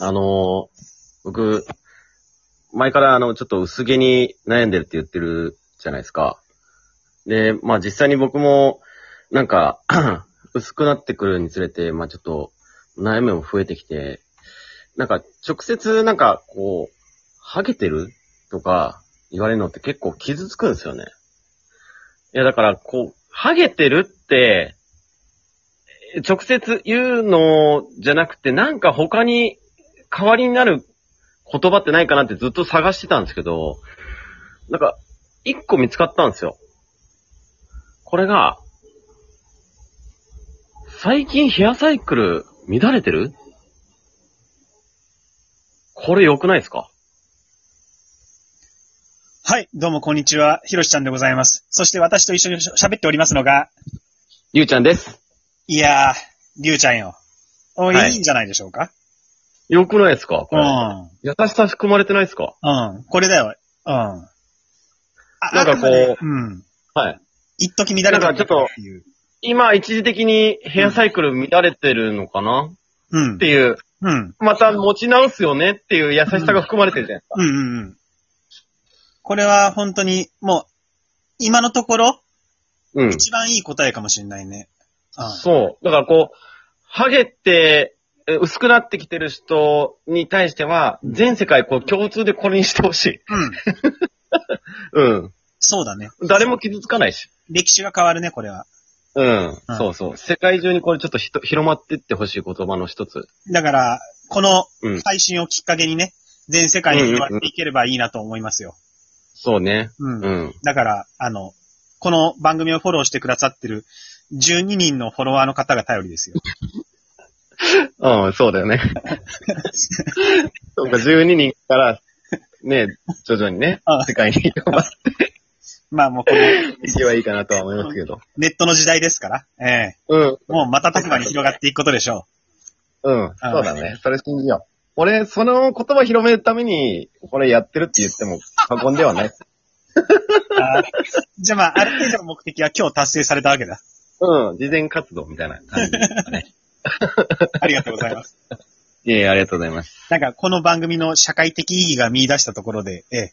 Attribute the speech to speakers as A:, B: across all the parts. A: あのー僕、前からあの、ちょっと薄毛に悩んでるって言ってるじゃないですか。で、まあ実際に僕も、なんか、 薄くなってくるにつれて、まあちょっと、悩みも増えてきて、なんか、直接なんか、こう、ハゲてるとか言われるのって結構傷つくんですよね。いや、だから、こう、ハゲてるって、直接言うのじゃなくて、なんか他に代わりになる言葉ってないかなってずっと探してたんですけど、なんか、一個見つかったんですよ。これが、最近ヘアサイクル乱れてるこれ良くないですか
B: はい、どうもこんにちは、ひろしちゃんでございます。そして私と一緒にし喋っておりますのが、
A: ゆうちゃんです。
B: いやー、りゅうちゃんよ。おい、
A: はい
B: い、いんじゃないでしょうか
A: 良くないですかこ
B: う
A: れ
B: ん、
A: 優しさ含まれてないですか
B: うん、これだよ、うん。あ
A: なんかこう
B: あくまでうん、
A: はい。
B: 一時乱れ
A: なんかちょっと
B: ていう。
A: 今、一時的にヘアサイクル乱れてるのかな、
B: うん
A: っ、ていう、
B: うん、
A: また持ち直すよねっていう優しさが含まれてるじゃないですか。
B: うん、うん、うん。これは本当に、もう、今のところ、
A: うん。
B: 一番いい答えかもしれないね。う
A: そう。だからこう、ハゲって、え薄くなってきてる人に対しては、全世界こう共通でこれにしてほしい。
B: ん。うん、
A: うん。
B: そうだね。
A: 誰も傷つかないし。
B: 歴史が変わるね、これは。
A: うん。
B: うん
A: そうそう。世界中にこれちょっとひと広まってってほしい言葉の一つ。
B: だから、この
A: うん
B: 配信をきっかけにね、全世界に広がっていければいいなと思いますよ。
A: そうね。
B: うん。
A: うん。
B: だから、あの、この番組をフォローしてくださってる12人のフォロワーの方が頼りですよ。
A: うん、そうだよね。そうか、12人から、ね、徐々にね
B: あ、
A: 世界に広まって
B: まあもう この
A: いけばいいかなとは思いますけど。
B: ネットの時代ですから、ええ
A: うん、
B: もう瞬く間に広がっていくことでしょ
A: うん、そうだね。それ信じよう。俺、その言葉広めるために、これやってるって言っても過言では ない。
B: う。あーじゃあまあ、ある程度の目的は今日達成されたわけだ。
A: うん、慈善活動みたいな感じですかね。
B: ありがとうございます。
A: いえいえ、ありがとうございます。
B: なんか、この番組の社会的意義が見出したところで、ええ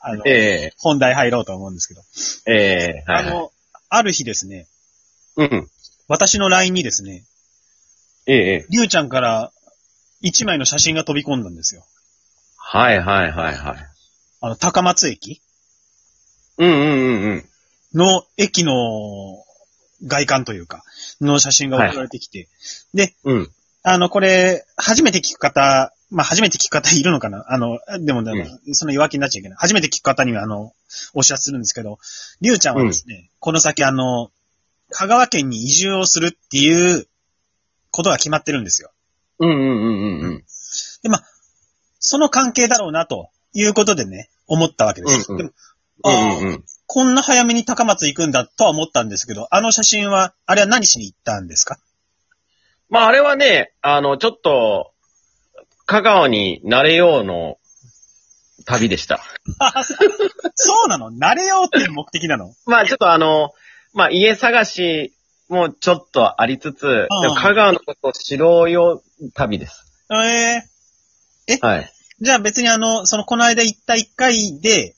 B: あの、
A: え
B: 本題入ろうと思うんですけど。
A: え、ええ、は
B: あ
A: いはい。
B: の、ある日ですね、
A: うん、
B: 私の LINE にですね、
A: ええええ、
B: りゅうちゃんから一枚の写真が飛び込んだんですよ。
A: はいはいはいはい。
B: あの、高松駅
A: うんうんうんうん。
B: の駅の外観というか、の写真が送られてきて。
A: うん。
B: あの、これ、初めて聞く方、まあ、初めて聞く方いるのかなあの、でも、でもその弱気になっちゃいけない。初めて聞く方には、あの、お知らせするんですけど、りゅうちゃんはですね、この先、あの、香川県に移住をするっていうことが決まってるんですよ。
A: うんうんうんうんうん。
B: その関係だろうな、ということでね、思ったわけです。
A: うんうん
B: でも
A: うんうんうん。
B: こんな早めに高松行くんだとは思ったんですけど、あの写真は、あれは何しに行ったんですか
A: まああれはね、あの、ちょっと、香川になれようの旅でした。
B: そうなの慣れようっていう目的な の
A: まあちょっとあの、まあ家探しもちょっとありつつ、でも香川のことを知ろうよ旅です。
B: ええ
A: はい。
B: じゃあ別にあの、そのこの間行った一回で、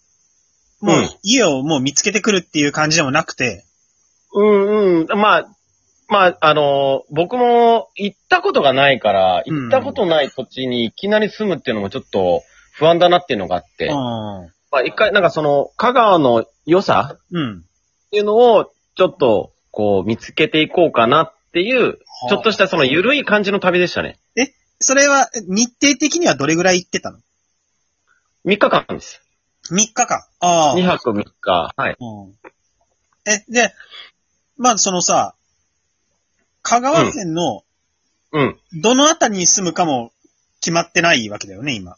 B: もう
A: うん
B: 家をもう見つけてくるっていう感じでもなくて、
A: うんうん。まあ、まあ、あの僕も行ったことがないから、
B: うん
A: 行ったことない土地にいきなり住むっていうのもちょっと不安だなっていうのがあって、
B: うん。
A: まあ一回なんかその香川の良さ
B: うん。
A: っていうのをちょっとこう見つけていこうかなっていう、ちょっとしたその緩い感じの旅でしたね。
B: それは日程的にはどれぐらい行ってたの
A: 3日間です。
B: ?3 日間。ああ。
A: 2泊3日。はい。
B: うん。え、で、まあそのさ、香川県の
A: うん。
B: どのあたりに住むかも決まってないわけだよね、今。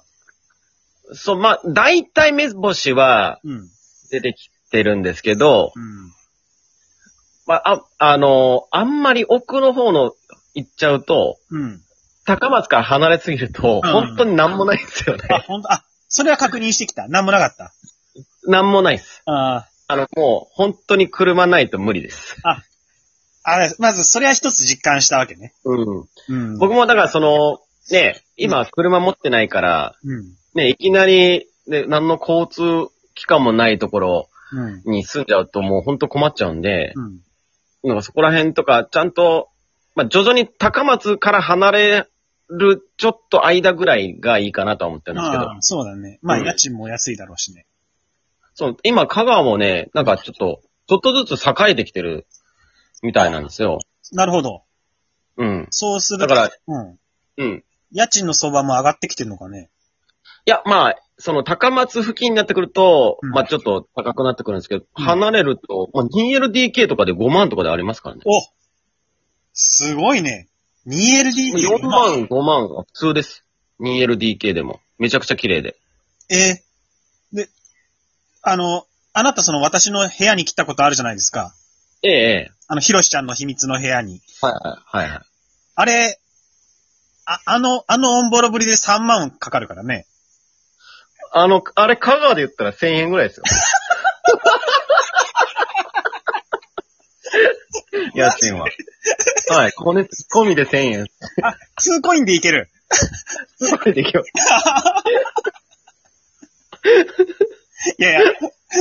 A: そう、まあ、大体目星は
B: うん。
A: 出てきてるんですけど、
B: うん。
A: まあ、あ、あのーあんまり奥の方の行っちゃうと、
B: うん。
A: 高松から離れすぎると、
B: うん
A: 本当になんもないですよね。
B: あ、ほんと、あ、それは確認してきた。なんもなかった。
A: なんもないです。
B: あ
A: あの、もう、本当に車ないと無理です。
B: あ、あれ、まずそれは一つ実感したわけね。
A: うん。
B: うん。
A: 僕もだからその、ね、今、車持ってないから、
B: うん。
A: ね、いきなり、ね、何の交通機関もないところ
B: うん。
A: に住んじゃうともうほんと困っちゃうんで、
B: うん。
A: なんかそこら辺とか、ちゃんと、まあ、徐々に高松から離れるちょっと間ぐらいがいいかなとは思ってるんですけど
B: ああ、、そうだね。まあ、
A: うん
B: 家賃も安いだろうしね。
A: そう、今、香川もね、なんかちょっと、ちょっとずつ栄えてきてるみたいなんですよ。
B: なるほど。
A: うん。
B: そうする
A: だ
B: と
A: から、
B: うん。
A: うん。
B: 家賃の相場も上がってきてるのかね。
A: いや、まあ、その高松付近になってくると、
B: うん
A: まあちょっと高くなってくるんですけど、
B: うん
A: 離れると、まあ 2LDK とかで5万とかでありますからね。
B: おすごいね。2LDK。
A: 4万、5万が普通です。2LDK でも。めちゃくちゃ綺麗で。
B: えーで、あの、あなたその私の部屋に来たことあるじゃないですか。
A: ええ、ええ。
B: あの、ひろしちゃんの秘密の部屋に。
A: はいはい、はいはい。
B: あれ、あ、あの、あのオンボロぶりで3万かかるからね。
A: あの、あれ、香川で言ったら1000円ぐらい ですよ。家賃は。はい、こね、込みで1000円。
B: 2コインでいける。
A: それで今日。
B: いやいや、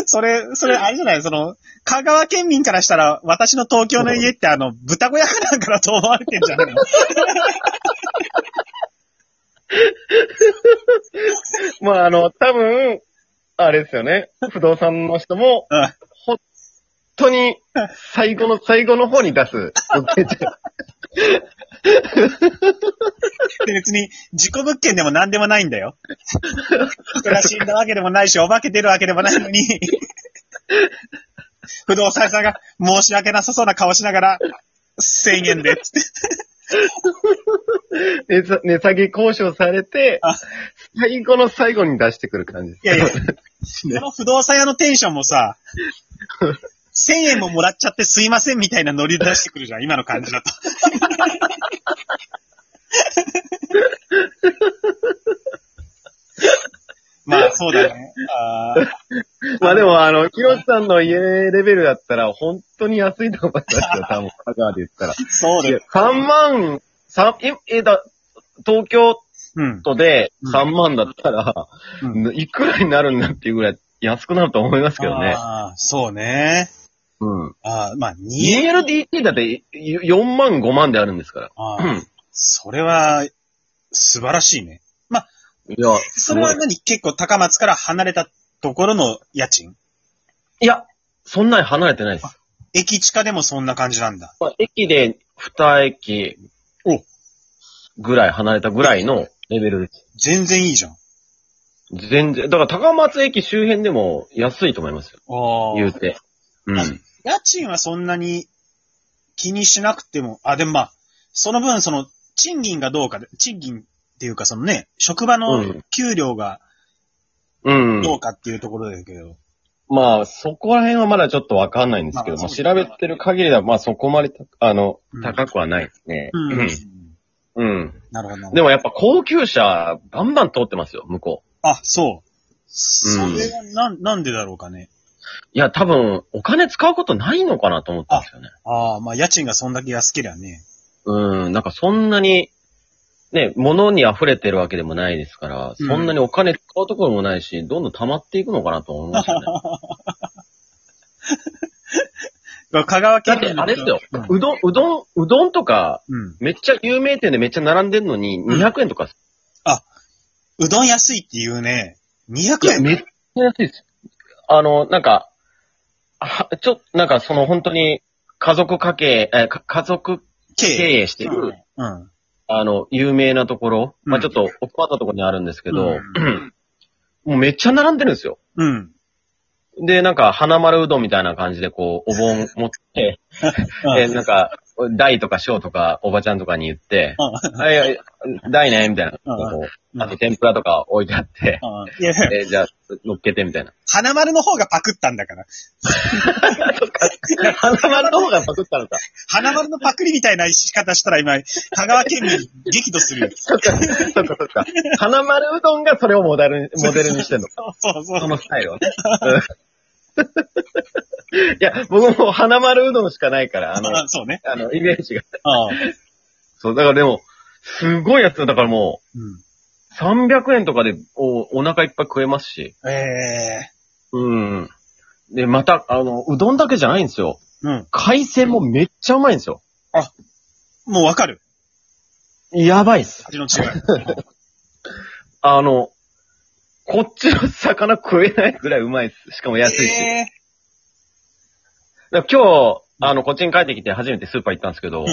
B: それ、それあれじゃないその、香川県民からしたら、私の東京の家ってあの、豚小屋かなんかだと思われてんじゃないの
A: まあ、あの、多分、あれですよね。不動産の人も、
B: うん。
A: 本当に、最後の最後の方に出す。
B: で別に、事故物件でも何でもないんだよ。人が死んだわけでもないし、お化け出るわけでもないのに、不動産屋さんが申し訳なさそうな顔しながら、1000円で、つって。
A: 値下値下げ交渉されて
B: あ、
A: 最後の最後に出してくる感じです。
B: いやいや、その不動産屋のテンションもさ、1000円ももらっちゃってすいませんみたいなノリ出してくるじゃん、今の感じ だと。まあ、そうだね。あー
A: まあでも、あの、ヒロシさんの家レベルだったら、本当に安いと思いますよ、多分、香川で言ったら。
B: そうだよ。
A: 3万、三え、え、だ、東京
B: うん。
A: 都で
B: うん
A: 3万だったら、
B: うん
A: いくらになるんだっていうぐらい安くなると思いますけどね。
B: ああ、そうね。
A: うん。
B: ああ、まあ、2円。
A: 2LDK だって4万5万であるんですから。
B: あ
A: う
B: あ
A: ん
B: それは、素晴らしいね。
A: いや、
B: それは
A: すごい
B: 何結構高松から離れたところの家賃
A: いや、そんなに離れてないです。
B: 駅地下でもそんな感じなんだ。
A: まあ駅で2駅
B: お
A: ぐらい離れたぐらいのレベルです。
B: 全然いいじゃん。あ
A: 全然、だから高松駅周辺でも安いと思いますよ、
B: あ
A: 言うて。うん。
B: 家賃はそんなに気にしなくても、あ、でもまあ、その分、その、賃金がどうかで、賃金っていうかそのね、職場
A: う
B: の
A: ん
B: 給料が
A: うん。
B: どうかっていうところだけど、
A: まあ、そこら辺はまだちょっとわかんないんですけど、まあ、
B: まあそうです
A: 調べ
B: ね
A: てる限りでは、まあ、そこまでた、あの
B: うん、
A: 高くはないですね。
B: うん。
A: うん。うん
B: なるほど、なるほど
A: で。もやっぱ高級車、バンバン通ってますよ、向こう。
B: あ、そう。それはなん、なんでだろうかね。
A: いや、多分、お金使うことないのかなと思ったんですよね。
B: ああ、まあ家賃がそんだけ安けりゃね。
A: うん、なんかそんなに、ね、物に溢れてるわけでもないですから、
B: うん
A: そんなにお金使うところもないし、どんどん溜まっていくのかなと思いましたね。
B: 香川
A: だ
B: 県
A: って、
B: 民の
A: あれですよ、
B: うん
A: うどん、うどん、うどんとか、
B: うん。
A: めっちゃ有名店でめっちゃ並んでるのに、200円とか、
B: うどん安いっていうね。
A: い
B: 200
A: や、
B: 円。
A: めっちゃ安いですよ。あの、なんか、は、ちょっと、なんかその本当に、家族家計、え、か家族
B: 経
A: 経営してる、
B: うん。
A: あの、有名なところ、まあ
B: うん
A: ちょっと奥まったところにあるんですけど、
B: うん
A: もうめっちゃ並んでるんですよ。
B: うん。
A: で、なんか、花丸うどんみたいな感じで、こう、お盆持って、で、なんか、大とか小とか、おばちゃんとかに言って、はい、はい大ね、みたいな。
B: うん
A: こう
B: う
A: んあと、天ぷらとか置いてあって、
B: うんいやいや
A: えじゃあ、乗っけて、みたいな。
B: 花丸の方がパクったんだから。
A: 花丸の方がパクったのか。
B: 花丸のパクリみたいな仕方したら今、香川県民激怒するよ。
A: そっか、そっか、そっか。花丸うどんがそれをモデルに、モデルにしてんの。
B: そうそう そ。
A: そうのスタイルをね。うん いや、僕も花丸うどんしかないから、あの、
B: そうね。
A: あの、イメージが。
B: うん
A: そう、だからでも、すごいやつだだからも
B: う
A: う、300円とかでおお腹いっぱい食えますし。
B: ん。え
A: うん。で、また、あの、うどんだけじゃないんですよ。
B: えうん。
A: 海鮮もめっちゃうまいんですよ。
B: もうわかる。
A: やばいっす。
B: 味の違い。
A: あの、こっちの魚食えないぐらいうまいっす。しかも 安いし。
B: え
A: だから今日、あの、こっちに帰ってきて初めてスーパー行ったんですけど、
B: えうん。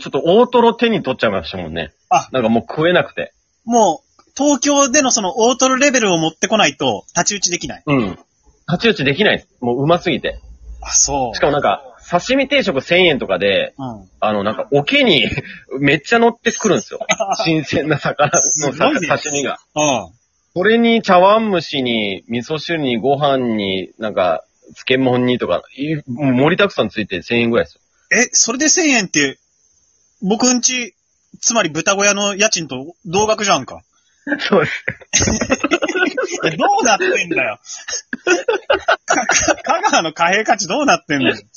A: ちょっと大トロ手に取っちゃいましたもんね。
B: あ
A: なんかもう食えなくて。
B: もう、東京でのその大トロレベルを持ってこないと、立ち打ちできない。
A: うん。立ち打ちできないです。もううますぎて。
B: あ、そう。
A: しかもなんか、刺身定食1000円とかで、
B: も、うん。
A: あの、なんか、桶に めっちゃ乗ってくるんです よ。新鮮な魚
B: す
A: の
B: ごい
A: さ
B: ね
A: 刺身が。
B: あ
A: これに茶碗蒸しに、味噌汁にご飯に、なんか、漬物にとか、いもう盛りだくさんついて1000円ぐらいですよ。
B: あ。え、それで1000円って、僕んち、つまり豚小屋の家賃と同額じゃんか。
A: そうです。
B: えどうなってんだよ。かか香川の貨幣価値どうなってんだよ。刺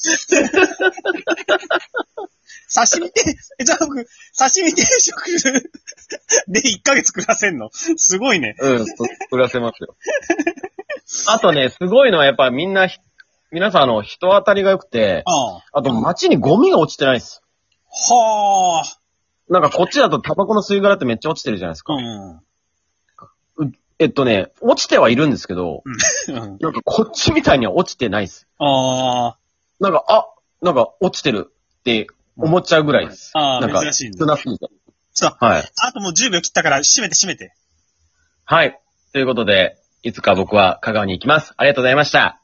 B: 身定、え、じゃあ僕、刺身定食で1ヶ月暮らせんのすごいね。
A: うん、そ暮らせますよ。 あとね、すごいのはやっぱみんなひ、皆さんあの、人当たりが良くて、
B: ああ。
A: あと街にゴミが落ちてないです。
B: はあ。
A: なんかこっちだとタバコの吸い殻ってめっちゃ落ちてるじゃないですか。
B: うん。
A: えっとね、落ちてはいるんですけど、
B: うん
A: なんかこっちみたいには落ちてないです。
B: あ
A: なんか、あ、なんか落ちてるって思っちゃうぐらいです。
B: あ。あ
A: なんか
B: あ、珍しいん
A: 少
B: だ。
A: なすぎて。
B: ちょっと、
A: はい。
B: あともう10秒切ったから、閉めて閉めて。
A: はい。ということで、いつか僕は香川に行きます。ありがとうございました。